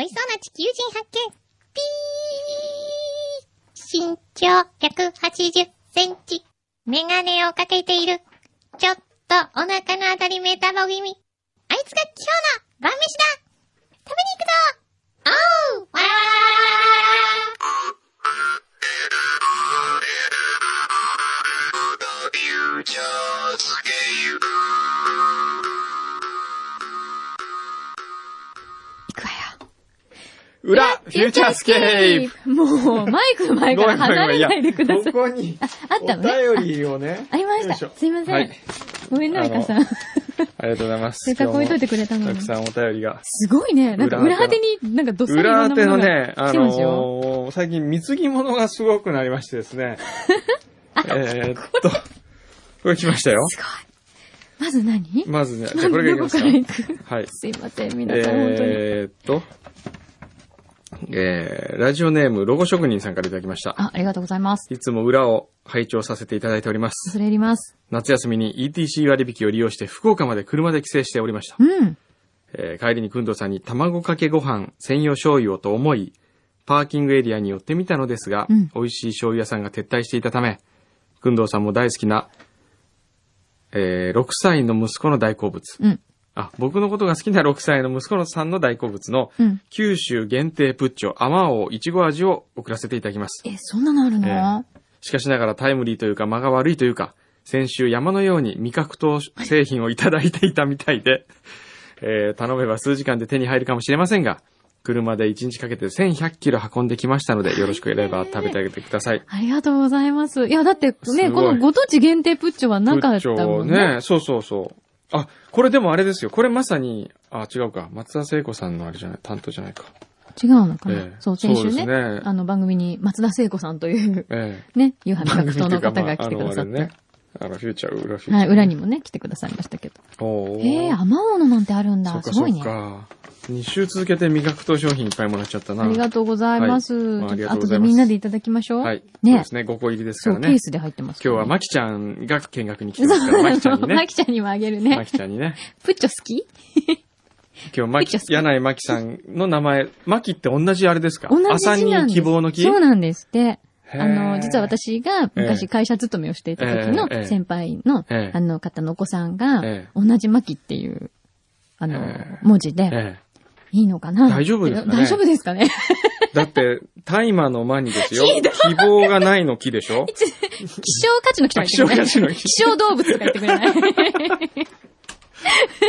りそうな地球人発見。ピー身長180センチ。メガネをかけている。ちょっとお腹のあたりメタボ気味。あいつが今日の晩飯だ食べに行くぞおうわらわらわらわらわら行くわよ。裏、フューチャースケープもう、マイクの前から離れないでください。ごめんごめんいやこああこっに、たのね。お便りをね。ありました。よいょすいません。はい。ごめんな、あイのカさん。ありがとうございます。せっかく置いといてくれた今の日もにたく。さんお便りが。すごいね。なんか裏裏果当ててに、なんかどっさりいろ裏んな当もてののがね、来あてますよ。のー、最近貢ぎ物がすごくなりましてで すね。えーっと、これ来ましたよ。すごい。まず何まずね、じゃまあこれずがいきどまこかすらか。行くはい。すいません、皆さん、本当に。えーっと、えー、ラジオネーム、ロゴ職人さんからいただきました。あ、ありがとうございます。いつも裏を拝聴させていただいております。恐れ入ります。夏休みに ETC 割引を利用して福岡まで車で帰省しておりました。うん。えー帰りにくんどうさんに卵かけご飯専用醤油をと思い、パーキングエリアに寄ってみたのですが、うん美味しい醤油屋さんが撤退していたため、くんどうさんも大好きな、えー6歳の息子の大好物。うん。あ、僕のことが好きな6歳の息子のさんの大好物の、うん。九州限定プッチョ、アマオいちご味を送らせていただきます。え、そんなのあるの、えしかしながらタイムリーというか間が悪いというか、先週山のように味覚糖製品をいただいていたみたいで、 えー頼めば数時間で手に入るかもしれませんが、車で1日かけて1100キロ運んできましたので、よろしければ食べてあげてください。ありがとうございます。いや、だってすごね、いこのご当地限定プッチョはなかったもん部長ね。ね。そうそうそう。あ、これでもあれですよ。これまさに、あ、違うか。松田聖子さんのあれじゃない、担当じゃないか。違うのかな、ええそう、先週そねうですねあの番組に松田聖子さんという、 ええね、夕飯 番学組徒といのうか方まがあ来てくださって、あの、あれね、あの、フューチャー、裏フューチャー。はい、裏にもね、来てくださいましたけど。おー。えー、甘おうのなんてあるんそだう。かすごいそねう。か。2週続けて味覚糖商品いっぱいもらっちゃったな。ありがとうございます。はいまああちりょっがとと後うごでざいますみんなでいただきましょう。はい。そうねですね、5個入りですそかう、ケらねー。スで入ってます、今日はマキちゃんが見学に来てます から、マキちゃんにマね。キちゃんにもあげるマねキ。ちゃんにね。プッチョ好き今日マちキょっ、と柳井マキさんの名前、マキって同じあれですか同じ字なんです朝に希望の木そうなんですって。へーあの、実は私が昔会社勤めをしていた時のええ先輩の、ええあの方のお子さんがええ、同じマキっていう、あのえ、文字で、えいいのかな大丈夫ですかね大丈夫ですか ねえ。だって、大麻の間にです よ。希望がないの木でしょ希少価値の人が言ってくれなあい。希少価値の人希少動物とか言ってくれな い。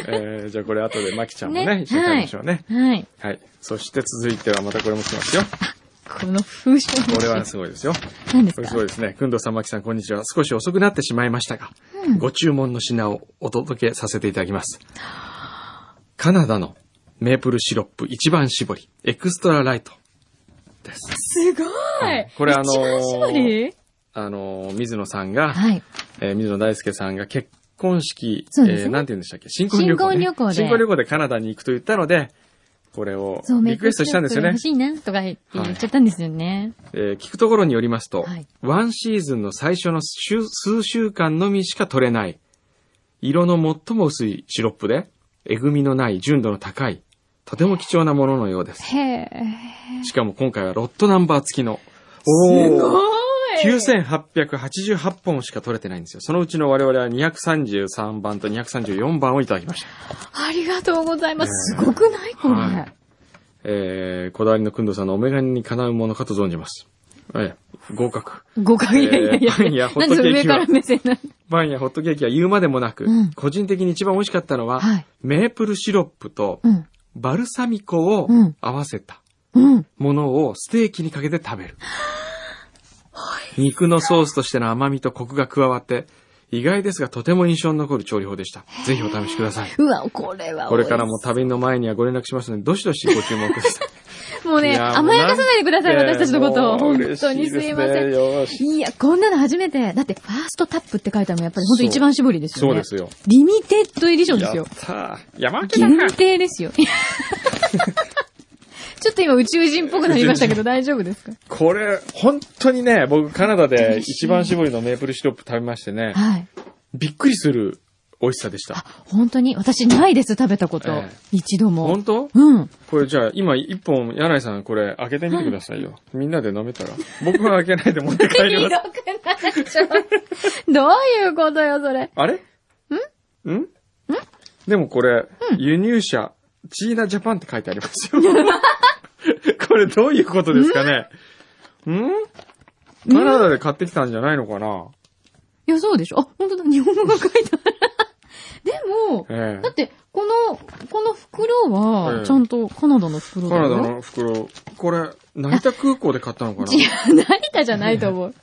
ええ、じゃあこれ後でマキちゃんもねね、一緒に食べましょうね。はい。はい。そして続いてはまたこれも来ますよ。この風習これはすごいですよ。何ですかこれすごいですね。くんどうさん、まきさん、こんにちは。少し遅くなってしまいましたが、うんご注文の品をお届けさせていただきます。カナダのメープルシロップ一番搾り、エクストラライトです。すごいはいこれあのー一番絞りあのー、水野さんが、はい。えー水野大輔さんが結婚式、そうですねえーなんて言うんでしたっけ新婚旅行、ね。新婚旅行で新婚旅行でカナダに行くと言ったので、これをそう、リクエストしたんですよね欲。しいな、とか言って言っちゃったんですよね。えー聞くところによりますと、はいワンシーズンの最初の数数週間のみしか取れない、色の最も薄いシロップで、えぐみのない純度の高い、とても貴重なもののようです。へえ。しかも今回はロットナンバー付きの、おおい9888本しか取れてないんですよ。そのうちの我々は233番と234番をいただきました。ありがとうございます。すねごくないこれ。はいえー、こだわりのくんどさんのお眼鏡にかなうものかと存じます。ええ、合格。誤解、いやいやいえーパンややいホなッんでそトケれ上ーキかはら目線なのパンやホットケーキは言うまでもなく、うん個人的に一番美味しかったのは、はいメープルシロップとうん。バルサミコをうん合わせたうん。ものをステーキにかけて食べる。肉のソースとしての甘みとコクが加わって、意外ですがとても印象に残る調理法でした。ぜひお試しください。うわ、これは美こ味れしからも旅の前にはご連絡しますので、どしどしご注文ください。もういね、やー甘やかさないでください、も う私たちのことを。もう本嬉当しにいですすいねません。よしいや、こんなの初めて。だって、ファーストタップって書いてあるのやっぱり本当一番絞りですよそうね。ですよ。リミテッドエディションでやすっよ。たー。山木だ限な定ですよ。 ちょっと今宇宙人っぽくなりましたけど大丈夫ですかこれ、本当にね、僕カナダで一番搾りのメープルシロップ食べましてね、はい。びっくりする美味しさでした。あ、本当に私ないです、食べたこと。ええ一度も本。当うん。これじゃあ、今一本、柳井さんこれ開けてみてくださいよ。みんなで飲めたら。僕は開けないで持って帰ひ りどくます。ないでしょ。 どういうことよ、それ。あれんんでもこれ、輸入者、チーナジャパンって書いてありますよ。 これどういうことですかねんカナダで買ってきたんじゃないのかないや、そうでしょ。あ、本当だ、日本語が書いてある。でも、えだって、この、この袋ええは、ちゃんとカナダのえ。袋だカナよ。ダの袋、これ、成田空港で買ったのかな違 う、成田じゃないと思う。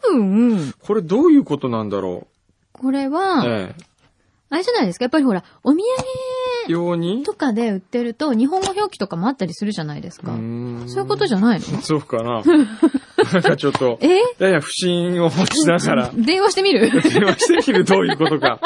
多分、これどういうことなんだろこれうは、ええ。あれじゃないですか。やっぱりほら、お土ように産とかで売ってると、日本語表記とかもあったりするじゃないですか。そういうことゃ。じゃないのそうか ななんかちょっと、えやや不信を持ちなが ら、電話してみ る電話してみるどういうことか。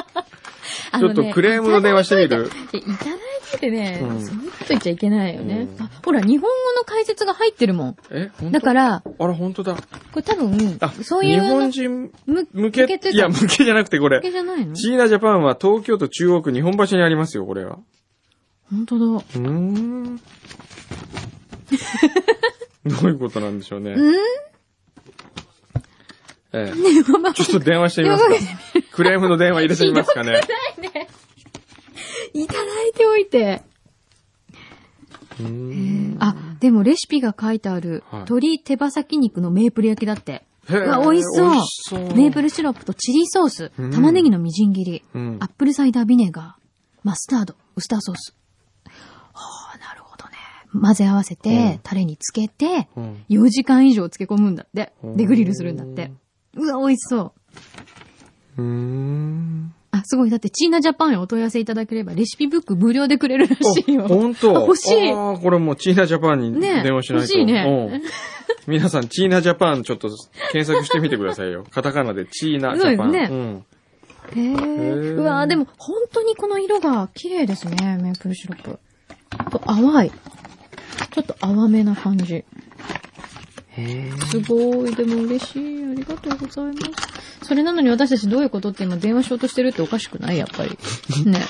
あちのょっねとクレームの電話してみる。いやいただいててね、うんそんなこと言っちゃいけないよね、うんあほら、日本語の解説が入ってるもん。え、本だ当から、あら、本当だ。これ多分あ、、そうい日う本の人む向け、向けていや、向けじゃなくてこ向けれ。じゃないのチーナジャパンは東京都中央区日本橋にありますよ、これは。本当 だ。うーん。どういうことなんでしょうね。うんええ。ね、まあ、ちょっと電話してみますか。クレームの電話入れてみますかね。 いただいておいて。うーんあ、でもレシピが書いてある、はい鶏手羽先肉のメープル焼きだって。へえうわ美味しそう美味しそう。メープルシロップとチリソース、うん玉ねぎのみじん切り、うんアップルサイダービネガー、マスタード、ウスターソース。はあ、なるほどね。混ぜ合わせて、うんタレにつけて、うん4時間以上漬け込むんだって。うで、んグリルするんだって。うわ、美味しそう。うーん。あ、すごい。だって、チーナジャパンへお問い合わせいただければ、レシピブック無料でくれるらしいあよ。本当あ欲しいああ、これもうチーナジャパンにねえ電話しない欲と。しいねうん。皆さん、チーナジャパンちょっと検索してみてくださ いよ。カタカナでチーナジャパン。そうですん。へーーうわーでも本当にこの色が綺麗ですね、メープルシロップ。と淡い。ちょっと淡めな感じ。すごい。でも嬉しい。ありがとうございます。それなのに私たちどういうことって今電話しようとしてるっておかしくないやっぱ り。ね。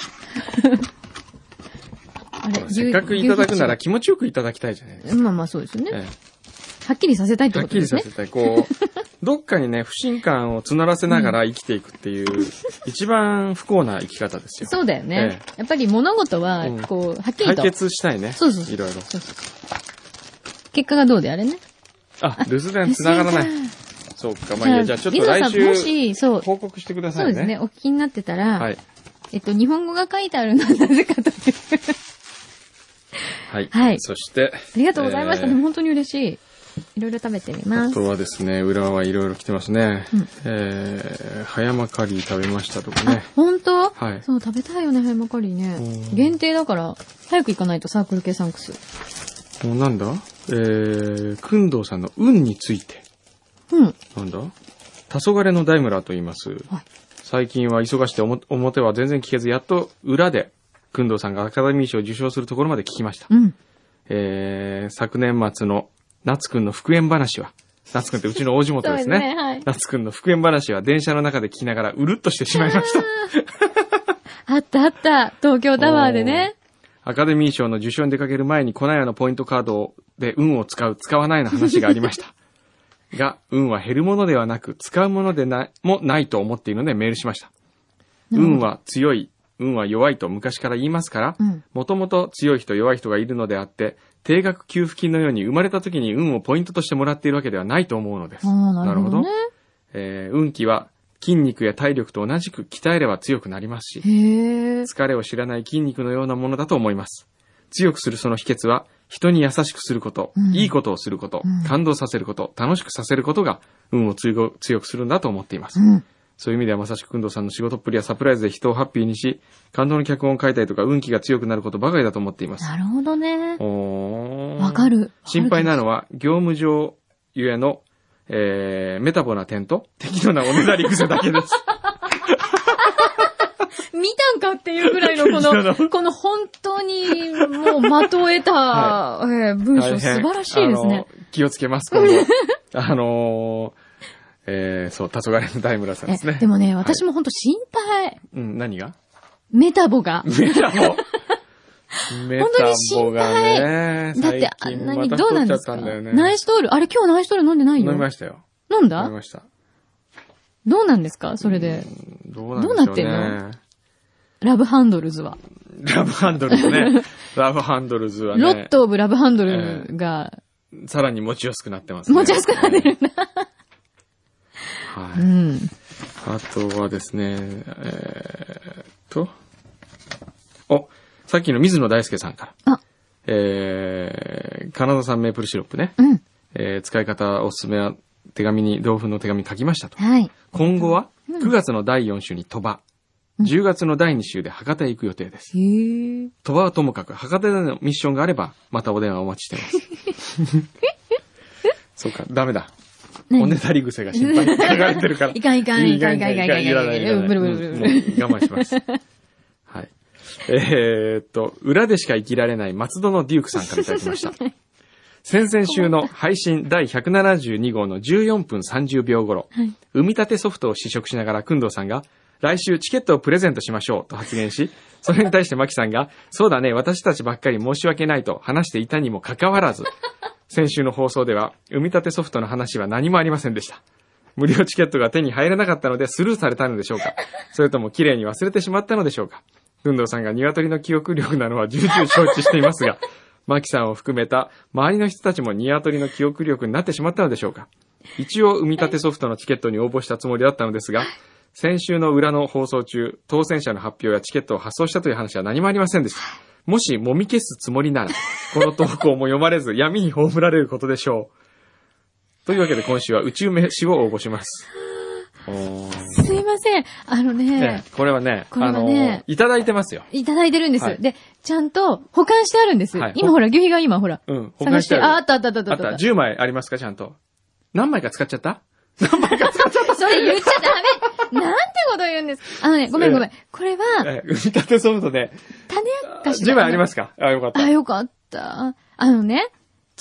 あれ、せっかくいただくなら牛気持ちよくいただきたいじゃないです乳まあまあそうですよね。か。えはっきりさせたいっえてはっこときでりすさねせ。たい。こう、どっかにね、不信感を募らせながら生きていくっていう、一番不幸な生き方ですよ。そうだよねえ。やっぱり物事はうん、こう、はっきり解と。決したいね。そうそうそういろいろ。結果がどうであれね。あ、留守電繋がらない留守電。そうか、まあいいや。じゃあちょっと水野さ来ん週も、し、そう、報告してくださそいうね。ですね、お聞きになってたら、はい。えっと、日本語が書いてあるのはなぜかという。はい。はいそして、ありがとうございました。えーでも本当に嬉しい。いろいろ食べてみまあす。とはですね、裏はいろいろ来てますね。うんえー、葉山カリー食べましたとかあね。、本当、はいそう、食べたいよね、ハイマカリーねう。ん限定だから、早く行かないとサークル系サンクス。もうなんだえー、くんどうさんの運について。うん。なんだ黄昏の大村と言います。はい最近は忙しくておも表は全然聞けず、やっと裏で、くんどうさんがアカデミー賞を受賞するところまで聞きました。うん。えー、昨年末の夏くんの復縁話は、夏くんってうちの大地元ですね。はい。夏くんの復縁話は電車の中で聞きながらうるっとしてしまいました。あったあった。東京タワーでね。アカデミー賞の受賞に出かける前に粉屋のポイントカードで運を使う、使わないの話がありました。が、運は減るものではなく、使うものでない、もないと思っているのでメールしました。運は強い、運は弱いと昔から言いますからうん、もともと強い人弱い人がいるのであって、定額給付金のように生まれた時に運をポイントとしてもらっているわけではないと思うのです。ああ、なるほどね。えー運気は筋肉や体力と同じく鍛えれば強くなりますし、へえ。疲れを知らない筋肉のようなものだと思います。強くするその秘訣は、人に優しくすること、うんいいことをすること、うん感動させること、楽しくさせることが、運を強く強くするんだと思っています。うん。そういう意味ではまさしく、くんどうさんの仕事っぷりやサプライズで人をハッピーにし、感動の脚本を書いたりとか、運気が強くなることばかりだと思っています。なるほどね。わわかる。心配なの。のは、業務上ゆえの、えー、メタボな点と、適度なおねだり癖だけです。見たんかっていうぐらい のこ見たの、この本当にもう的を得た、はえー文章素晴らしいです大変あね の。気をつけます、今後。あのーえー、そう、黄昏の大村さんえですね。でもね、はい私も本当心配、うん、何がメタボが。メ タボ。メ当にタボ心配がね、だって、あ最近なまにたどう太なっんちでゃっすたかんだよね。ナイストール、あれ今日ナイストール飲んでない飲よみ。ましたよ。飲ん飲みだました。どうなんですかそれで。うんどうなんでしょうね。どうなってんのラブハンドルズは。ラブハンドル ズね。ラブハンドルズはね。ロットオブラブハンドルが、さらに持ちやすくなってますね。持ちやすくなってるな。はうい。ん。あとはですね、えーっと。お、さっきの水野大輔さんから。あ、えー、カナダ産メープルシロップね。うん。えー使い方おすすめは手紙に、同封の手紙書きましたと。はい。今後は9月の第4週に鳥羽、うん10月の第2週で博多へ行く予定です。へー鳥羽はともかく博多でのミッションがあれば、またお電話お待ちしてます。そうか、ダメだ。何おねだり癖が心配に書かれてるから。いかんいかんいかんいかんいかんいかんいいらないいらか。なんいブルブルブルブル。うんもう我慢します。はい。えーっと、裏でしか生きられない松戸のデュークさんからいただき ました。先々週の配信第172号の14分30秒頃、はい産み立てソフトを試食しながら、くんどうさんが、来週チケットをプレゼントしましょうと発 言し、それに対してマキさんが、そうだね、私たちばっかり申し訳ないと話していたにもかかわらず、先週の放送では、産み立てソフトの話は何もありませんでした。無料チケットが手に入らなかったのでスルーされたのでしょうかそれとも綺麗に忘れてしまったのでしょうか運動さんが鶏の記憶力なのは重々承知していますが、マキさんを含めた周りの人たちも鶏の記憶力になってしまったのでしょうか一応、産み立てソフトのチケットに応募したつもりだったのですが、先週の裏の放送中、当選者の発表やチケットを発送したという話は何もありませんでした。もし、揉み消すつもりなら、この投稿も読まれず、闇に葬られることでしょう。というわけで、今週は宇宙飯を応募します。おーすいません。あのねね、、これはね、これはねあの、いただいてますよ。いただいてるんです。はいで、ちゃんと保管してあるんです。はい今ほら、牛皮が今ほら。うん、保探管ししてて、あ、あある。ったあったあったああっ。ったた、10枚ありますか、ちゃんと。何枚か使っちゃった何枚か使っちゃったそれ言っちゃダ メなんてこと言うんですあのね、ごめんごめん。これは、ええ、産み立てソフトで、種明かし10枚ありますかあ、よかった。あ、よかった。あのね、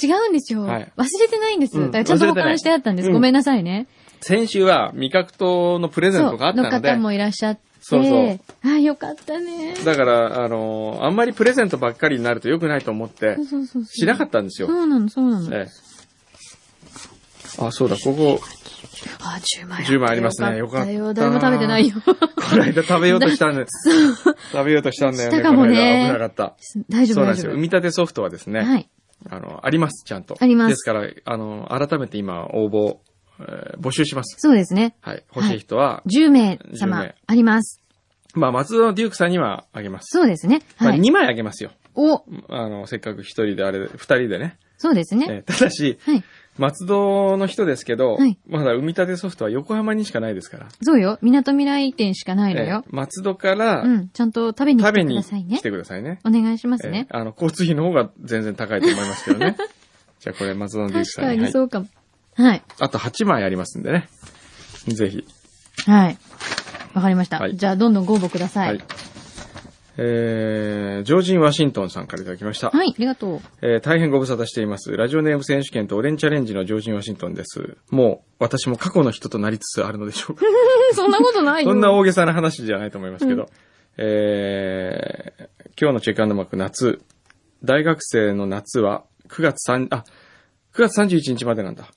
違うんですよ。はい忘れてないんです。うだんからちゃんと保管してあったんで忘れてす。ないごめんなさいね。先週は味覚糖のプレゼンそう、トがあったのので、方もいらっしゃって。そうそうあ、よかったね。だから、あのーあんまりプレゼントばっかりになると良くないと思ってそう、そうそうそう。しなかっったんですよそ。うなの、そうなの。ええあ、そうだ、ここ、あ、10枚。 10枚ありますねよかよ。った誰も食べてないよ。こ の間食べようとしたんで、食べようとしたんだよね、したかもねこの間危なかっ大た。丈そ夫、うなん大です丈よ。夫。産み立てソフトはですね、はい。あの、あります、ちゃんと。ありますですから、あの、改めて今、応募、えー募集します。そうですね。はい。欲しい人は、 10名10様名あります。まあ、松戸のデュークさんにはあげます。そうですね。はまあ、い。 2枚あげますよ。お、あの、せっかく一人であれ、二人でね。そうですね。えーただし、はい。松戸の人ですけど、はいまだ産み立てソフトは横浜にしかないですから。そうよ。港未来店しかないのよえ。ー松戸からうん。ちゃんと食べに来て食べくにださいね来。てくださいね。お願いしますね。えーあの、交通費の方が全然高いと思いますけど ね。じゃあこれ松戸のデューク確さかんに。はにいそうかも。はい。あと8枚ありますんでね。ぜひ。はい。わかりました。はいじゃあ、どんどんご応募ください。はい。。えー、ジョージン・ワシントンさんからいただきました。ありがとう。えー大変ご無沙汰しています。ラジオネーム選手権とオレンジチャレンジのジョージン・ワシントンです。もう、私も過去の人となりつつあるので しょうか。 そんなことないよ。そんな大げさな話じゃないと思いますけど。えー、今日のチェックアンドマーク夏。大学生の夏は9月3、あ、9月31日までなんだ。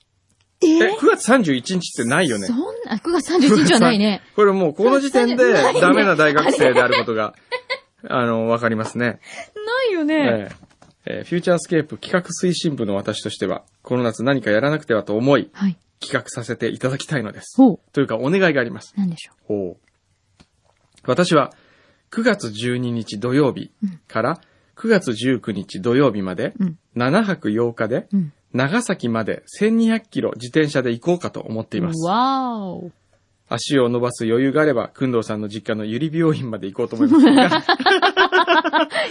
ええ、ー9月31日ってないよねそ。んな、9月31日はないね。。 これもうこの時点でないねダメな大学生であることが、あの、わかりますね。ないよね。えええーフューチャースケープ企画推進部の私としては、この夏何かやらなくてはと思い、はい。企画させていただきたいのです。ほというか、お願いがあります。う。なんでしょほう私は、9月12日土曜日から9月19日土曜日まで、うん7泊8日で、う。うん。長崎まで1200キロ自転車で行こうかと思っています。わーお。足を伸ばす余裕があれば、くんどうさんの実家のゆり病院まで行こうと思いま すが、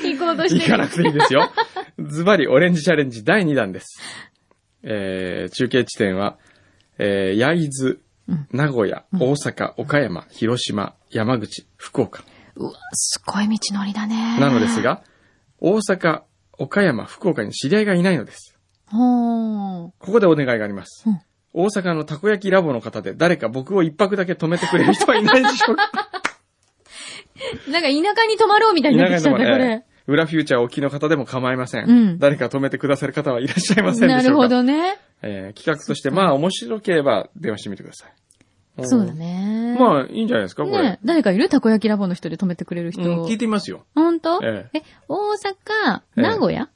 行こうとし行てかる。なくていいですよ。ズバリオレンジチャレンジ第2弾です。えー、中継地点は、えー、焼津うん、名古屋、大阪、岡山、広島、山口、福岡。うわ、すごい道のりだね。なのです。が、大阪、岡山、福岡に知り合いがいないのです。ほー。ここでお願いがあります。うん大阪のたこ焼きラボの方で誰か僕を一泊だけ泊めてくれる人はいないでしょうかなんか田舎に泊まろうみたいになってきちゃった、これ。裏フューチャー沖の方でも構いません。うん誰か泊めてくださる方はいらっしゃいませんでしょうかなるほどね。えー企画として、まあ面白ければ電話してみてください。そうだん。ね。まあいいんじゃないですか、これね。誰かいるたこ焼きラボの人で泊めてくれる人。うん、聞いてみますよ。ほんとええ、大阪、名古屋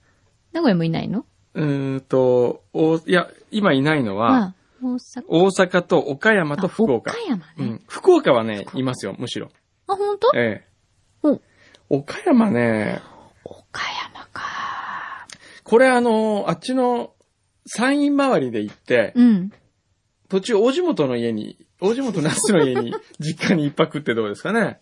名古屋もいないのうーんと、お、いや、今いないのは、あ、大阪。大阪と岡山と福岡あ。岡山うね。ん。福岡はね、いますよ、むしろ。あ、ほんとええうん岡山ね、岡山か。これあの、あっちの山陰周りで行って、うん。途中大地元の家に、大地元夏の家 に、実家に一泊ってどうですかね。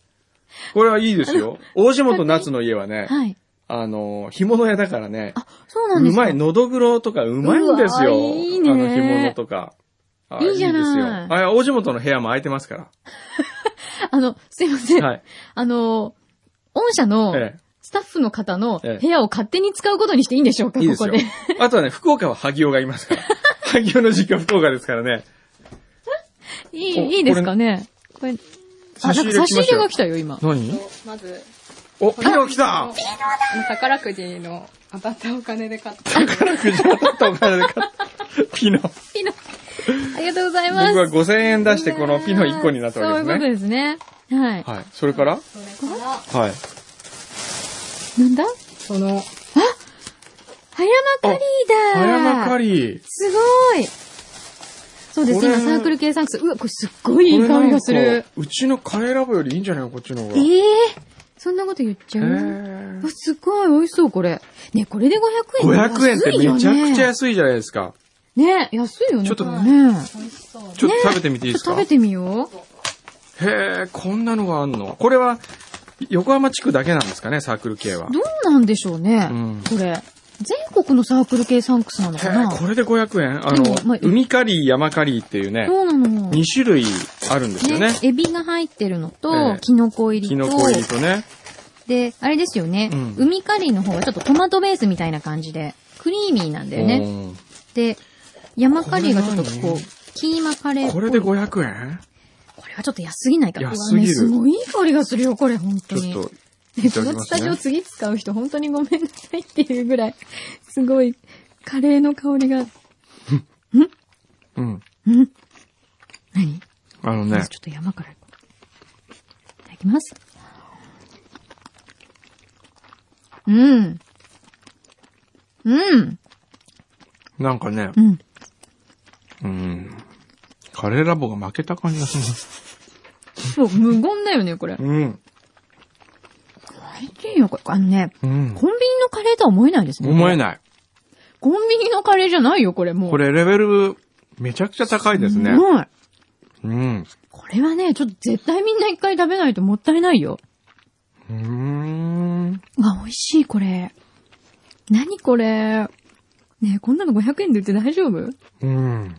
これはいいですよ。大地元夏の家はね、はい。あの、干物屋だからね、あ、そうなうんですかまい、のどぐろとかうまいんですよ。うわいいねあの干物とか。あいいじゃないですよ。あ、大地元の部屋も空いてますかあの、すいません。ら。はい。あの、御社のえスタッフの方のええ部屋を勝手に使うことにしていいんでしょうか、え、いいでこすこよで。。あとはね、福岡は萩尾がいま すから。萩尾の実家福岡ですからね。いおい、いいですかね。これ、あ、なんか差し入れが来たよ、今。何まず、お、ピノ 来た宝くじの当たったお金で買った。宝くじ当たったお金で買った。ピノ。ピノ。ありがとうござい僕ます。は5000円出してこのピノ1個になったわけそういうでこすとね。ですね。はい。はい。それからそれから、はい。なんだその、葉山カリーだ葉山カリー。すごいそうです、これ今サークル計算数。うわ、これすっごいいこいれな香んりかがする。。うちのカレーラボよりいいんじゃないのこっちの方が。ええそんなこと言っちゃう、えあすごい美味しそう、これ。ね、これで500円500円ってめちゃくちゃ安安いじゃないですか。いよね。ね、安いよね。ちょっとこれね。美味しそうな。ちょっと食べてみていいちょでっすとか、食べてみよう。へえ、こんなのがあんのこれは、横浜地区だけなんですかね、サークル系は。どうなんでしょうね、うんこれ。全国のサークル系サンクスなのへかなえ、これで500円あのでもまあ、海カリー、山カリーっていうね、そうなの。 2種類あるんですよね。エビが入ってるのと、ええキノコ入りキとノコ入りとね。で、あれですよね、うん海カリーの方はちょっとトマトベースみたいな感じで、クリーミーなんだよね。うで、山カリーがちょっとこれこう何、キーマカレーんっこぽい。れで500円これはちょっと安すぎないか。安すぎるうわねすごいいい香りがするよ、これ、本ち当ょっに。と、ねいたこだきのまスタすジオね。次使う人、本当にごめんなさいっていうぐらい、すごい、カレーの香りが。うん。うん何あのまねず、ちょっと山から。いただきます。うん。うん。なんかねう、ん。うん。カレーラボが負けた感じがします。もう無言だよね、これ。うん。美味しいよ、これ。あのね、うん。コンビニのカレーとは思えないですね。思えい。ない。コンビニのカレーじゃないよ、これ、もう。これレベル、めちゃくちゃ高いですね。うん。うん。これはね、ちょっと絶対みんな一回食べないともったいないよ。うーん。うわ、美味しい、これ。何これ。ねえこんなの500円で売って大丈夫うん。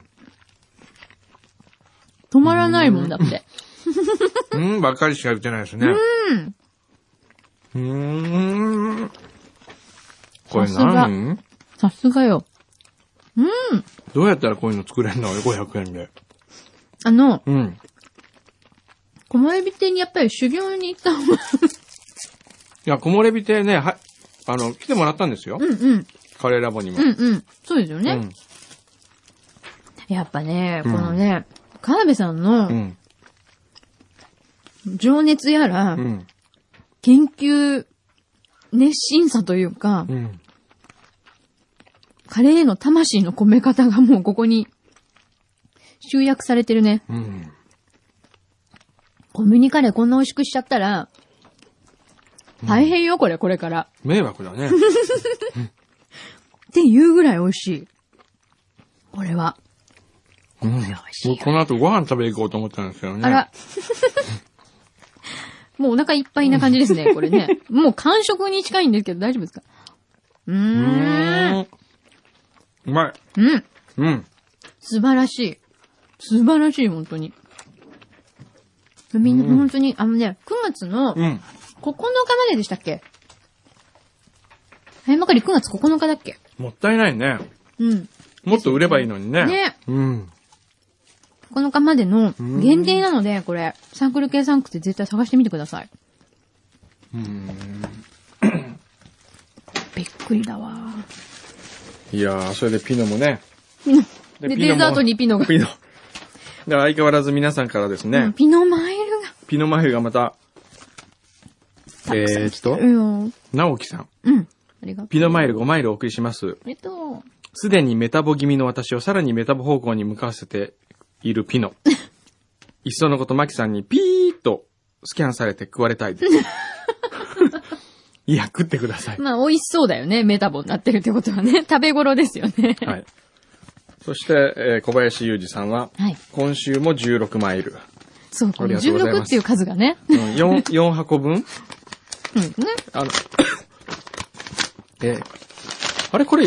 止まらないもんだって。うんばっかりしか言ってないですね。うん。うーん。これさすが何さすがよ。どうやったらこういうの作れるの ?500 円で。あの、うん。小エビ店にやっぱり修行に行った方が。いや、木漏れ日亭ね、は、あの、来てもらったんですよう。んうん。カレーラボにもう。んうん。そうですよね。うん。やっぱね、こうんのね、川辺さんうのん。情熱やら、うん。研究熱心さというか、うん。カレーへの魂の込め方がもうここに集約されてるね。うん。コンビニカレーこんな美味しくしちゃったら、大変よ、これ、これから。迷惑だ ね。っていうぐらい美味しい。これは。うん。しいよ僕この後ご飯食べに行こうと思ったんですけどね。あら。 もうお腹いっぱいな感じですね、これね。もう完食に近いんですけど大丈夫ですかううーーん。ん。うまい。うん。うん。素晴らしい。素晴らしい、本当に。みんな、うん本当に、あのね、9月の9うん。日まででしたっけ早まかり9月9日だっけもったいないね。うん。もっと売ればいいのにね。ね。うん。 9日までのうん限定なので、これ、サークル系サンクスで絶対探してみてください。うん。びっくりだわ。いやー、それでピノもね。で、デザートにピノが。ピノ。だから相変わらず皆さんからですね、うんピノマイルが。ピノマフがまた、えーっと、うん。直樹さん。うん。ありがとう。ピノマイル5マイルお送りします。えっと、すでにメタボ気味の私をさらにメタボ方向に向かわせてい るピノ。いっそのことマキさんにピーッとスキャンされて食われた いです。いや、食ってください。まあ、美味しそうだよね。メタボになってるってことは ね。食べ頃ですよね。はい。そして、えー小林裕二さんは、はい。今週も16マイル。そう、こありのがとうございま16っすていう数がね。うん、4、4 箱分うん。ね。あの、 えーあれこれ、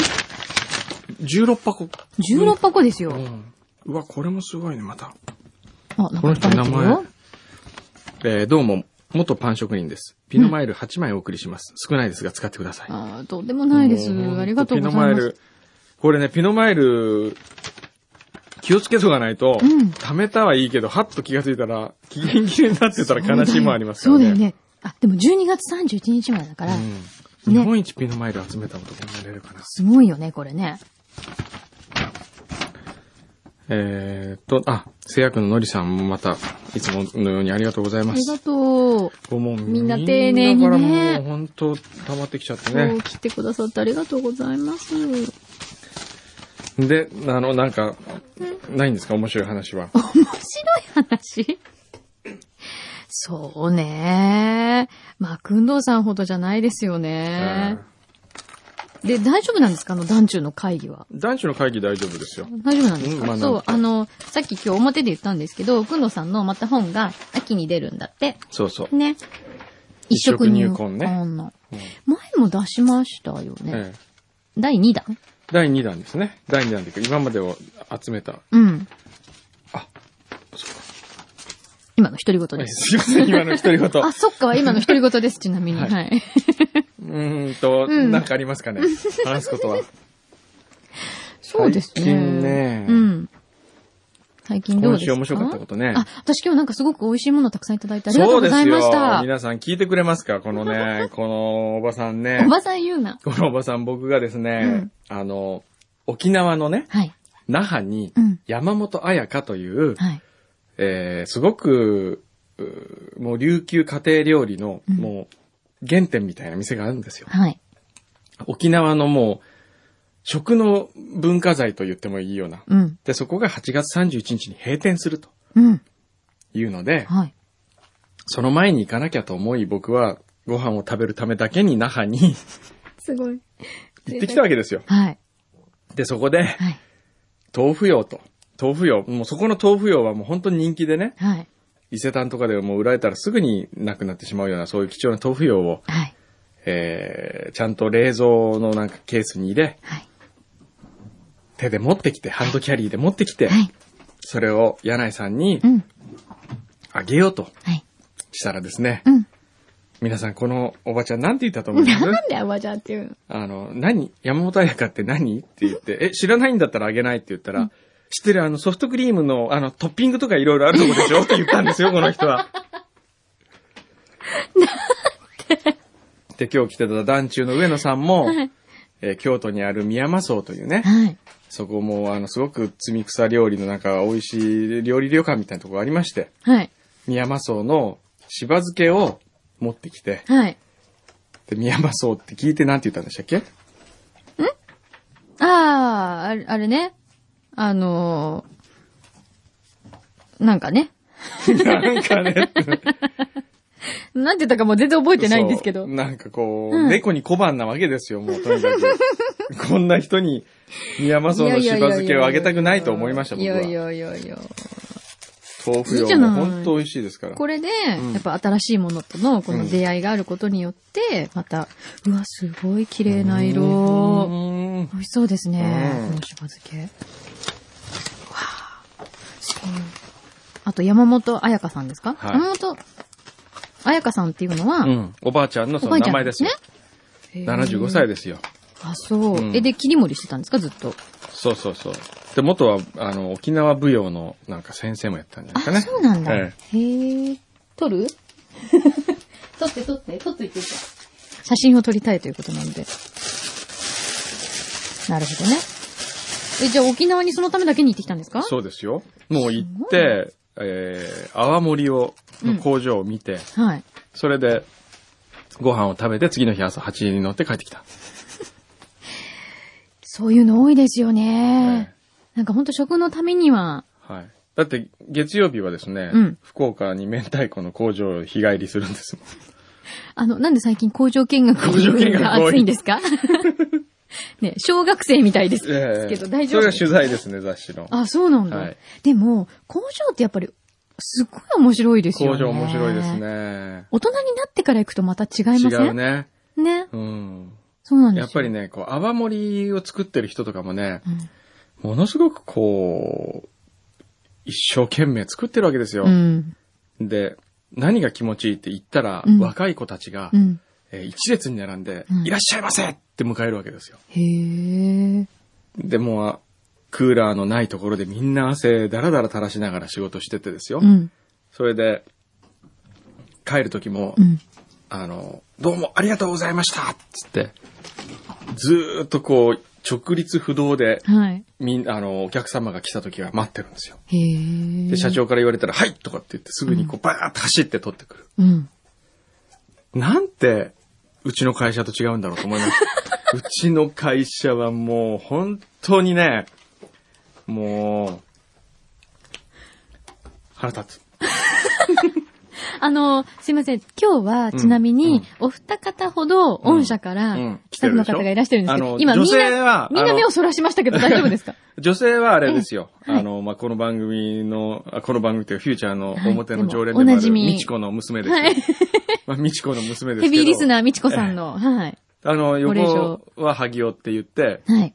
16箱。 16箱ですよ。うんうわ、これもすごいね、また。あ、なんかいっぱい入ってるよ。えーどうも、元パン職人です。ピノマイル8枚お送りします。少ないですが使ってください。あーとんでもないです。もありがとうございまピノマイすル。。これね、ピノマイル、気をつけとかないと、うん貯めたはいいけど、はっと気がついたら、期限切れになってたら悲しいもんありますかそらうね。だよね。あ、でも12月31日までだから、うん。ね日本一ピノマイル集めた男になれるかな。すごいよね、これね。えーっと、あ、せやくんののりさんもまた、いつものようにありがとうございあまりがす。とう。ごもうみんな丁寧にねみんなからもう本当溜まってきちゃって今ね日。来てくださってありがとうございます。で、あの、なんか、ないんですか面白い話は。面白い話そうね。まあ、くんどうさんほどじゃないですよね。で、大丈夫なんですかあの、団中の会議は。うん男子の会議大丈夫ですよ。大丈夫なんですうんか、まあそなんう、かあの、さっき今日表で言ったんですけど、くんどうさんのまた本が秋に出るんだって。そうそう。ね。一色入魂ね一色入魂のうん前も出しましたよね。ええ第2弾第2弾ですね。第2弾で今までを集めた。うん。あ、今の独り言です。すいません、今の独り言。うあ、そっか、今の独り言です、ちなみに。は。はいいーんと、うんなんかありますかね。話すこ とは。そうですね。最近ねうん。最近どうで今すか週面白かったことね。あ、私今日なんかすごく美味しいものたくさんいただいてありがとそううごですざいましよ。た。皆さん聞いてくれますかこのね、このおばさんねお。ばさん言うな。このおばさん僕がですね、あの、沖縄のね、はい。那覇にうん山本彩香という、はい。えーすごく、うーもう琉球家庭料理の、うんもう、原点みたいな店があるんですよ。はい。沖縄のもう、食の文化財と言ってもいいような。うん。で、そこが8月31日に閉店するとうん。いうので、はい。その前に行かなきゃと思い、僕はご飯を食べるためだけに那覇に すごい。行ってきたわけですよ。はい。で、そこで、はい。豆腐用と。豆腐用。もうそこの豆腐用はもう本当に人気でね、はい。伊勢丹とかでもう売られたらすぐになくなってしまうような、そういう貴重な豆腐用を、はい。えー、ちゃんと冷蔵のなんかケースに入れ、はい。手で持ってきて、ハンドキャリーで持ってきて、はい。それを柳井さんにうん。あげようとはい。したらですね、うん。皆さんこのおばちゃんなんて言ったと思いますなんでアバジャーっていうのあの、何山本彩香って何って言って、え、知らないんだったらあげないって言ったら、知ってるあのソフトクリームのあのトッピングとかいろいろあるとこでし ょって言ったんですよ、この人は。で、今日来てた団中の上野さんも、えー京都にある宮間荘というね、はい。そこもあのすごく積み草料理のなんか美味しい料理旅館みたいなとこがありまして、はい。宮間荘のしば漬けを持ってきて、はい。で、宮間荘って聞いてなんて言ったんでしたっ けああ、あれあれね。あのー、なんかね。なんかね、なんて言ったかもう全然覚えてないんですけどそう。なんかこう、うん猫に小判なわけですよ、もうとにか く。こんな人に、宮間荘のしば漬けをあげたくないと思いました、い僕やいやは。いやいや。豆腐いいじゃ用ないも本当美味しいですから。これで、んやっぱ新しいものとのこの出会いがあることによって、また、うわ、すごい綺麗なう色。ーん美味しそうですね。うんこのしば漬け。わあすごい。あと、山本彩香さんですか、はい山本彩香さんっていうのは、うん。おばあちゃんのそおばあのち名ゃん前でですすねよ。。75歳ですよ。あ、そう。うんえ、で、切り盛りしてたんですかずっと。そうそうそう。で、元は、あの、沖縄舞踊のなんか先生もやったんじゃないですかあ、そね。うなんだ。えへえ。撮 る撮って撮って、撮っといてじゃあ写真を撮りたいということなんで。なるほどね。え、じゃあ沖縄にそのためだけに行ってきたんですかそうですよ。もう行って、えー、泡盛を、の工場を見て、はい。それで、ご飯を食べて、次の日朝8時に乗って帰ってきた。そういうの多いですよねえ。なんかほんと食のためには、はい。だって、月曜日はですね、うん福岡に明太子の工場を日帰りするんですもん。あの、なんで最近工場見学工場見学が熱いんですか ね、小学生みたいですええけど大丈夫それが取材ですね、雑誌の。あ、そうなんだ。はいでも、工場ってやっぱり、すっごい面白いですよ工ね。場面白いです。ね。大人になってから行くとまた違い違ませんうね。ね。うん。そうなんですよ。やっぱりね、こう、泡盛を作ってる人とかもね、うん。ものすごくこう、一生懸命作ってるわけですよ。うん。で、何が気持ちいいって言ったら、うん若い子たちが、うん。えー一列に並んで、うんいらっしゃいませって迎えるわけですよ。へえ。で、もうあクーラーのないところでみんな汗だらだら垂らしながら仕事しててですよ。うん。それで、帰る時も、うん。あの、どうもありがとうございましたっつって、ずーっとこう、直立不動で、はい。みん、あの、お客様が来た時は待ってるんですよ。へえ。で、社。長から言われたら、はいとかって言って、すぐにこう、バーッと走って取ってくる。うん。なんて、うちの会社と違うんだろうと思 いました。うちの会社はもう、本当にね、もう、腹立つ。あの、すいません。今日は、ちなみに、お二方ほど、御社からうんうん、スタッフの方がいらっしゃるんですけあど、の今、みん女性はな、みんあなの目をそらしましたけど、大丈夫 ですか女性はあれですよ。ええはいあの、まあ、この番組の、あこの番組というかフューチャーの表の常連はいでもおでもあなる、じみみちこの娘ですよ。はい。 まあ、みちこの娘ですヘけど。ビーリスナー、みちこさんの、はい。あの、ご令横嬢は萩尾って言って、はい。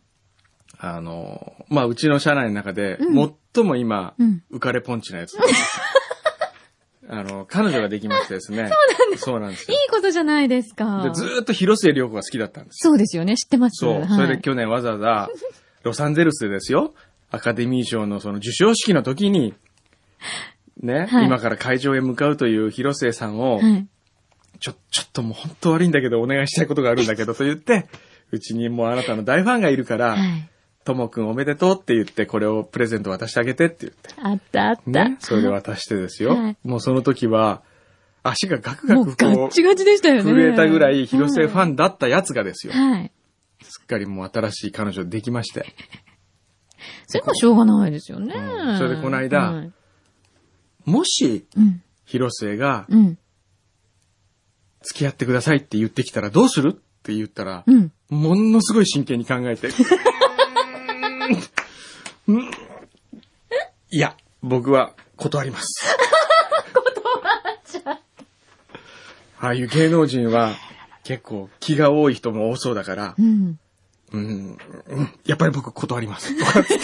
あの、まあ、うちの社内の中でうん、最も今、うん浮かれポンチな やつなんです。あの、彼女ができましてですね。そうなんですいいよ。ことじゃないですかで、。ずーっと広末涼子が好きだったんですよ。そうですよね。知ってます。そう。はいそれで去年わざわざ、ロサンゼルスでですよ、アカデミー賞のその受賞式の時に、ね、はい今から会場へ向かうという広末さんを、はい。ちょ、ちょっともう本当悪いんだけど、お願いしたいことがあるんだけど、と言って、うちにもうあなたの大ファンがいるから、はい。ともくんおめでとうって言って、これをプレゼント渡してあげてって言って。あったあった。ね。それで渡してですよ。はいもうその時は、足がガク ガもうクガこッう、チガチでしたよね。震えたぐらい広末ファン。ンだったやつがですよ。はい。すっかりもう新しい彼女できまして。それもしょうがないですよねう。んそれでこの間はいもし、うん。広末が、うん。付き合ってくださいって言ってきたらどうするって言ったら、うん。ものすごい真剣に考えて。うーんうーん いや、僕は断ります。 断っちゃった。ああいう芸能人は結構気が多い人も多そうだからう、ん。うーん、うんやっぱり僕断り ます。とかって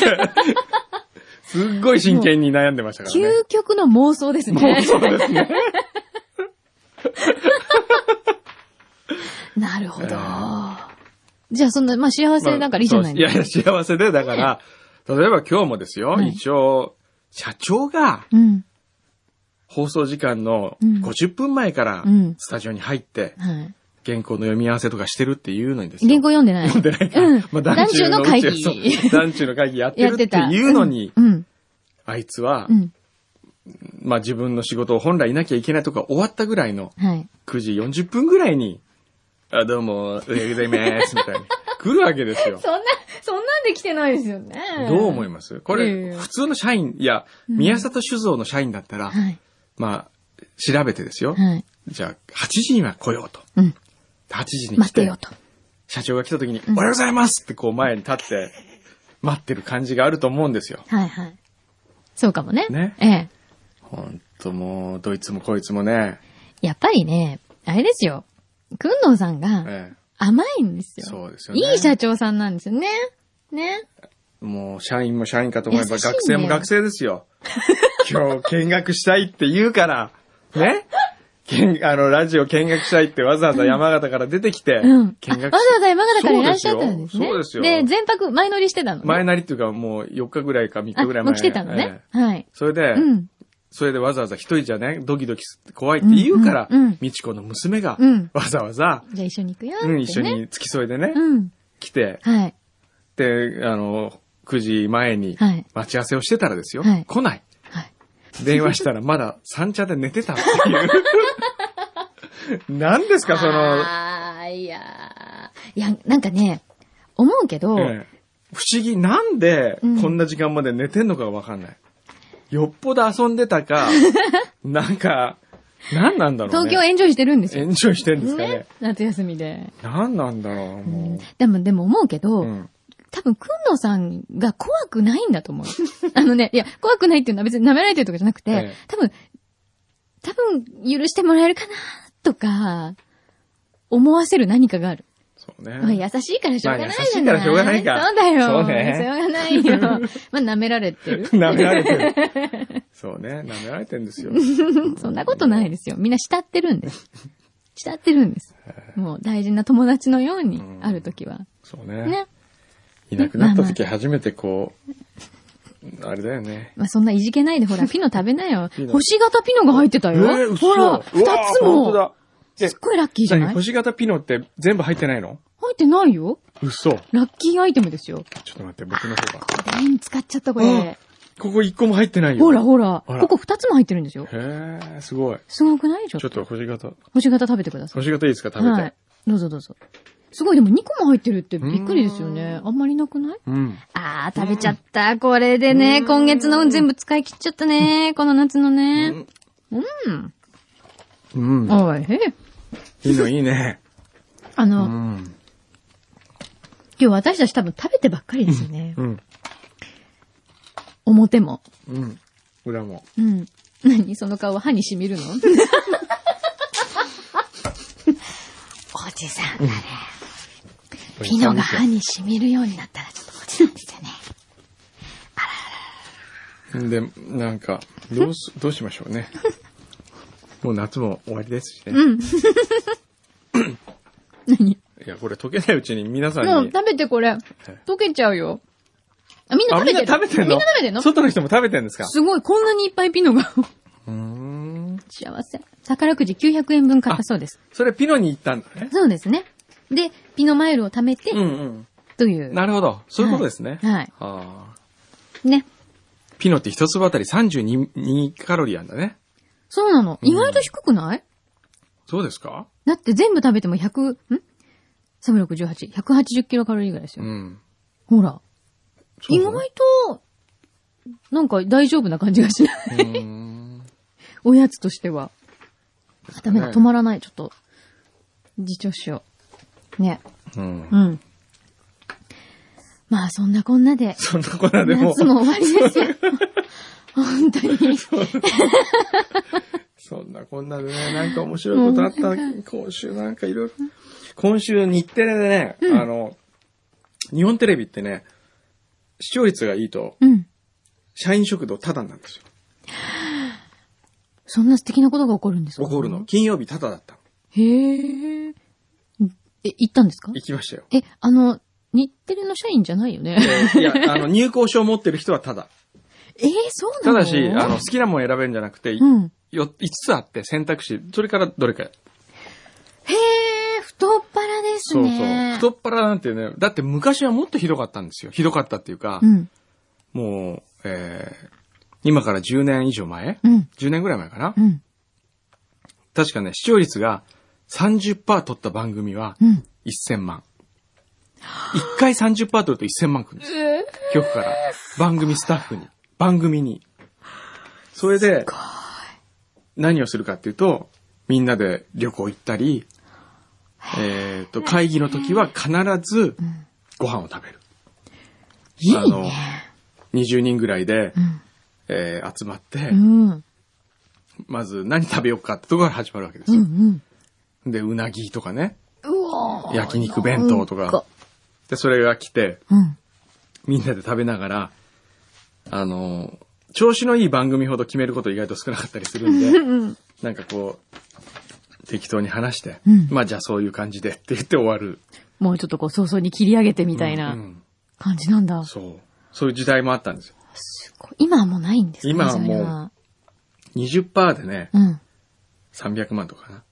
すっごい真剣に悩んでましたからね。究極の妄想ですもうね。そうですね。なるほどえ。じゃあそんな、まあ幸せだからいいじゃないまあそうですいやいや、幸せで、だから、例えば今日もですよ、はい一応、社長がうん。放送時間のうん50分前からうんスタジオに入って、はい。原稿の読み合わせとかしてるっていうのにです原よ。稿読んでない。読んでないか。うんまあ、男中の会議そう男中の会議やってやるっっててた。いうのに、うん。あいつは、うん。まあ自分の仕事を本来いなきゃいけないとか終わったぐらいのうんはい。 9時40分ぐらいに、あ、どうも、おはようございます、みたい に来るわけですよ。そんな、そんなんで来てないですよね。どう思いますこいやいれ、や普通の社員、いや、うん宮里酒造の社員だったら、はい。まあ、調べてですよ。はい。じゃあ、8時には来ようと。うん。 8時に来て、待ってよと。社長が来た時に、おはようございますってこう前に立って、待ってる感じがあると思うんですよ。はいはい。そうかもね。ねええ。ほんともう、どいつもこいつもね、やっぱりね、あれですよ。くんのうさんがえ甘いんですえ、よ。そうですよね。いい社長さんなんですよね。ね。もう、社員も社員かと思えば、優しいんだよ学 生も学生ですよ。今日見学したいって言うから、ねけん、あの、ラジオ見学したいってわざわざ山形から出てきて、うん。あわ見ざ学わしざ山形からいらっしゃったんですね。そうですよそうですよで、全泊前乗りしてたのね。前なりっていうかもう4日ぐらいか3あ、日ぐらい前。もう来てたのねええ。はい。それで、うん。それでわざわざ一人じゃね、ドキドキす怖いって言うから、うんうんうんみちこの娘が、うん。わざわざ、じゃあ一緒に行くよ。うん、一緒ってね。に付き添いでね、うん。来て、はい。で、あの、9時前にはい。待ち合わせをしてたらですよ、はい来ない。はい。電話したらまだ三茶で寝てたっていう。何ですか、その、あーいやーいや、なんかね、思うけど、ええ不思議。なんで、うんこんな時間まで寝てんのかがわかんない。よっぽど遊んで たか、なんか、何なんだろう東ね。京エンジョイしてるんですよ。炎上してんですかねね。夏休みで。何なんだろう、うんもでも、でも思うけう。ど、うん多分、くんのさんが怖くないんだと思う。 あのね、いや、怖くないっていうのは別に舐められてるとかじゃなくて、ええ多分、多分、許してもらえるかな、とか、思わせる何かがある。そうまあ、ね。優しいからしょうがないじゃない、まあ優しいからしょうがないかそうだよ。そうね。しょうがないよ。まあ、舐められてる舐められてる。 そうね、舐められてるんですよ。そんなことないですよ。みんな慕ってるんです。慕ってるんです。もう、大事な友達のように、あるときは。そうね。ね。いなくなった時初めてこう、あれだよね。まあ、そんないじけないで、ほ ら、ピノ食べなよピ。ノ星型ピノが入ってたえよ。ー嘘ほうらわ、二つ本当も。だ。えすっごいラッキーじゃな何い入星型ピノって全部入ってないのってないよ。嘘。ちょラッキーアイテムですよ。っと待って、僕の方が。全員使っちゃった、こうんれ。ここ一個も入ってないよ。ほらほら。あらここ二つも入ってるんですよ。へえ、すごい。すごくないちょっちょと。っと星型、星型食べてください。星型いいですか食べて。はい。どうぞどうぞ。すごい、でも2個も入ってるってびっくりですよね。あんまりなくないうん。あー、食べちゃった。これでね、今月の運全部使い切っちゃったね。この夏のね。うん。うん。おい、へえいいのいいね。あうの、ん。今日私たち多分食べてばっかりですよね。うん。表も。うん。裏も。うん。何その顔は歯に染みるのおじさんがね、ピノが歯に染みるようになったらちょっとおじさんですよね。で、なんか、どう す、どうしましょうね。もう夏も終わりですしね。何いや、これ溶けないうちに皆さんに。もう食べてこれ。溶けちゃうよ。あ、みんなあ、食みべんてなる食べてんみのんな食べてんの外の人も食べてんですかすごい、こんなにいっぱいピノが。うーん。 幸せ。宝くじ900円分買ったそうです。それピノに行ったんだね。そうですね。で、ピノマイルを貯めて、うんというう。ん。なるほど。そういうことですね。はい。ああ。ね。ピノって一粒あたり32カロリーあんだね。そうなの。意外と低くない、そうですかだって全部食べても100、ん ?368、180キロカロリーぐらいですうよ。ん。ほら。そう意ね外と、なんか大丈夫な感じがしない。うーん。おやつとしては。あ、ダメだ、ね止まらない。ちょっと、自重しよう。ね。うんう。ん。まあ、そんなこんなで、 そんなこんなでも夏、も終わりですよ。本当に。そんなこんなでね、なんか面白いことあった、今週なんかいろいろ。今週日テレでね、あの、日本テレビってね、視聴率がいいと、うん。社員食堂タダなんですよ。そんな素敵なことが起こるんですか起こるの。。金曜日タダだったの。へえ。んえ、行ったんですか行きましたよ。え、あの、日テレの社員じゃないよね。えーいや、 あの、入校証持ってる人はタダ。えー、そうなたのだし、あの、好、きなもん選べるんじゃなくて、うん。よ5つあって選択肢、それからどれか。へえ、太っ腹ですそうそう。ね。太っ腹なんてね、だって昔はもっとひどかったんですよ。ひどかったっていうか、うん。もう、えー、今から10年以上前うん。 ?10 年ぐらい前かな、うん。確かね、視聴率が30%取った番組はうん。 1000万。1回30%取ると1000万くるんですよ。局から。番組スタッフに。番組に。それで、何をするかっていうと、みんなで旅行行ったり、えっ、と、会議の時は必ずご飯を食べる。いいあのね。 20人ぐらいで、うんえー集まって、うん。まず何食べようかってところから始まるわけですうん。うよ。ん。で、うなぎとかね、うわー焼肉弁当とか。で、それが来て、うん。みんなで食べながら、あの、 調子のいい番組ほど決めること意外と少なかったりするんで、なんかこう、適当に話して、うんまあじゃあそういう感じでって言って終わる。もうちょっとこう早々に切り上げてみたいうんなうん感じなんだ。そう。そういう時代もあったんですよ。すごい今はもうないんですかね今はもうそれは20%でね、うん。 300万とかな。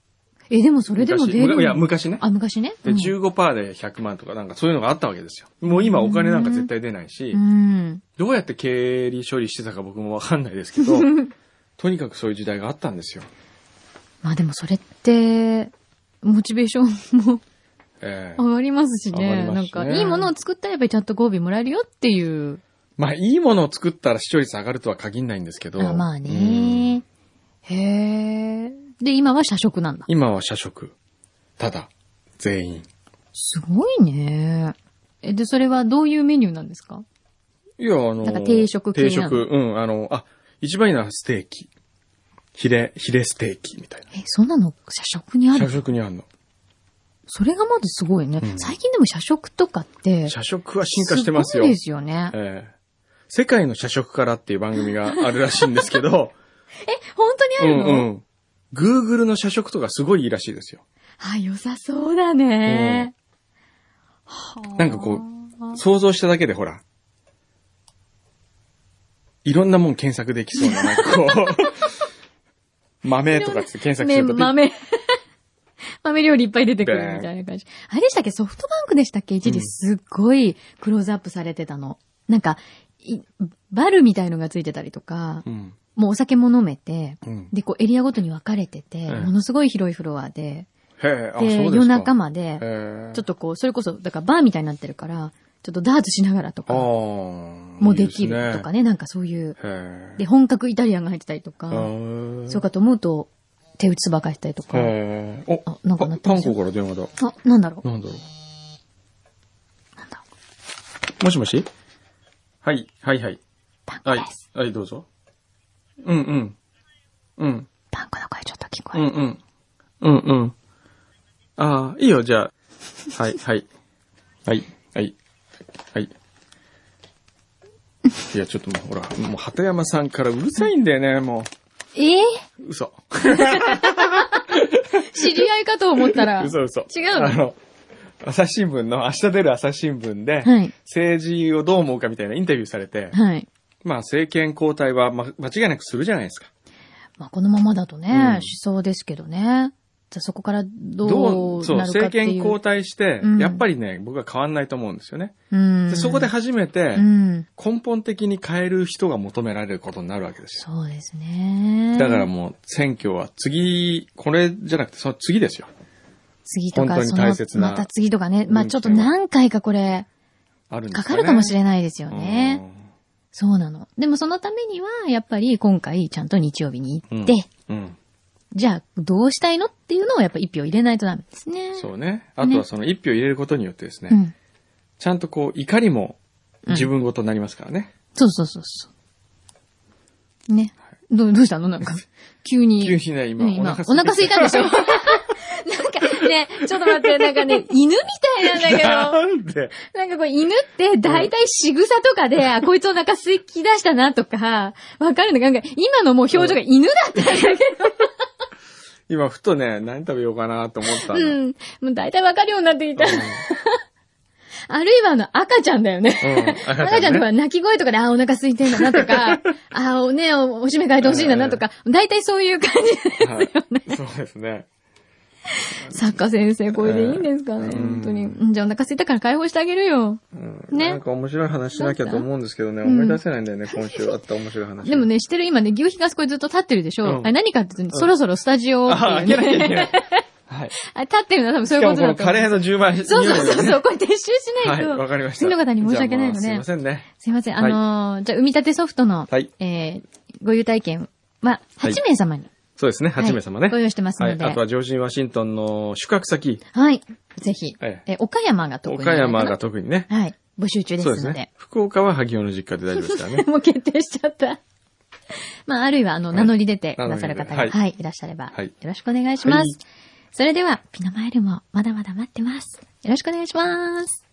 え、でもそれでも昔出るいや、昔ね。あ、昔ね。で、うん15%で100万とかなんかそういうのがあったわけですよ。もう今お金なんか絶対出ないし、うん。どうやって経理処理してたか僕もわかんないですけど、 とにかくそういう時代があったんですよ。まあでもそれって、モチベーションもええ上がりますし上がね。りますなんしねか、いいものを作ったらやっぱりちゃんとご褒美もらえるよっていう。まあ、いいものを作ったら視聴率上がるとは限んないんですけど。あまあうんね。へえ。で、今は社食なんだ。今は社食。ただ、全員。すごいね。え、で、それはどういうメニューなんですかいや、あの、なんか定食系な定の食。うん、あの、あ、一番いいのはステーキ。ヒレ、ヒレステーキみたいえ、そんなの社食にあな。社る食にあんの。それがまずすごいね。うん最近でも社食とかって、社食は進化してますよ。ごいですよね。ええ世界の社食からっていう番組があるらしいんですけど、本当うにあるんの、うん。Google の社食とかすごいいいらしいですよ。あ、良さそうだね。はあなんかこ想像しただけでほら、いろんなもん検索できそうな、なんかこ う、豆とかつって検索すね、ると、豆。 豆料理いっぱい出てくるみたいな感じ。あれでしたっけソフトバンクでしたっけ一時うんすっごいクローズアップされてたの。なんか、いバルみたいのがついてたりとか、うん。もうお酒も飲めて、うん。で、こうエリアごとに分かれてて、うんものすごい広いフロアで、へえ、あ、そうですで、か。夜中まで、へえちょっとこう、それこそ、だからバーみたいになってるから、ちょっとダーツしながらとああか、もできるとかね。ね、なんかそういう。へえ。で、本格イタリアンが入ってたりとあか、ー、そうかと思うと、手打ちそば返したりとか、へえ。お、あなんか鳴っパてまパンすよコから電話だ。あ、なんだろう。なんだろなんだろう。う。もしもしはい、はい、はい。パンコはでいす。、はい、どうぞ。うんうん。うん、パンコの声ちょっと聞こうえる。んうん。うんうん。ああ、いいよ、じゃあ。はい、はい。はい、はい。はい。いや、ちょっともう、ほら、もう、鳩山さんからうるさいんだよね、もえーう。嘘。知り合いかと思ったら。 嘘嘘。違うのあの、朝日新聞の、明日出る朝日新聞で、はい。政治をどう思うかみたいなインタビューされて、はい。まあ、政権交代は、ま、間違いなくするじゃないですか。まあ、このままだとね、うんしそうですけどね。じゃあそこからどどう、うそう、なるか政っていう。権交代してうん、やっぱりね、僕は変わんないと思うんですよね。うん。でそこで初めてう、ん。根本的に変える人が求められることになるわけですそうですね。よ。だからもう、選挙は次、これじゃなくて、その次ですよ。次とか、本当に大切なそのまた次とかね。まあうんちょっと何回かこれ、あるんでかすかかね。るかもしないれないですよね。。そうなの。でもそのためには、やっぱり今回ちゃんと日曜日に行って、うん。じゃあどうしたいのっていうのをやっぱ一票入れないとダメですね。そうね。あとはその一票入れることによってですね、うん。ちゃんとこう、怒りも自分ごとになりますからね。そうそうそうそう。ね。どう、どうしたのなん か、急に。急にね、今、うんお腹お腹空いた。たんでしょ なんかね、ちょっと待って、なんかね、犬みたいなんだけど。なんでなんかこう犬って大体仕草とかで、あ、こいつお腹すき出したなとか、わかるのなんか今のもう表情が犬だったんだけ今、ふとね、何食べようかなと思ったど、の。ううんん。もう大体わかるようになってきた。あるいはあの赤ちゃんだよね。うん赤ちゃんとかね泣き声とかで、あ、お腹空いてんだなと か、あ、おね、おおしめ変えてほしいんだなとか、大体そういう感じ。はいそうですね。作家先生、これでいいんですかね、うん本当に。うんじゃあお腹空いたから解放してあげるよ。うんねなんか面白い話しなきゃと思うんですけどね、ん思い出せないんだよね、今週あった面白い話。でも、ね、してる今ね、牛皮がそこにずっと立ってるでしょ、うんあれ何かって言うと、そろそろスタジオって あ、いう開けねなきゃいけない。はい。あ立ってるのは多分そうしいうかこもとこだのとカ思う。レーの10倍。そうそうそうそう、これ撤収しなはいい、と。わかりました。次の方に申し訳ないのじゃあねまあすいませんね。すいません、あのーじゃあ、産み立てソフトの、はいえー、ご優待券は、はい8名様に、そうですね、8名様ね。ご用意してますはのい。で、あとは、ジョージン・ワシントンの宿泊先、はい。ぜひ。ええ、岡山が特に。岡山が。特にね。はい。募集中でそうですすのねで。。。福岡は萩尾の実家で大丈夫ですからね もう決定しちゃった。まあ、あるいは、あの、い名乗り出てくださる方名乗りが、出てはい、いらっしゃれば、はいよろしくお願いしまはいす。それでは、ピノマイルもまだまだ待ってます。よろしくお願いします。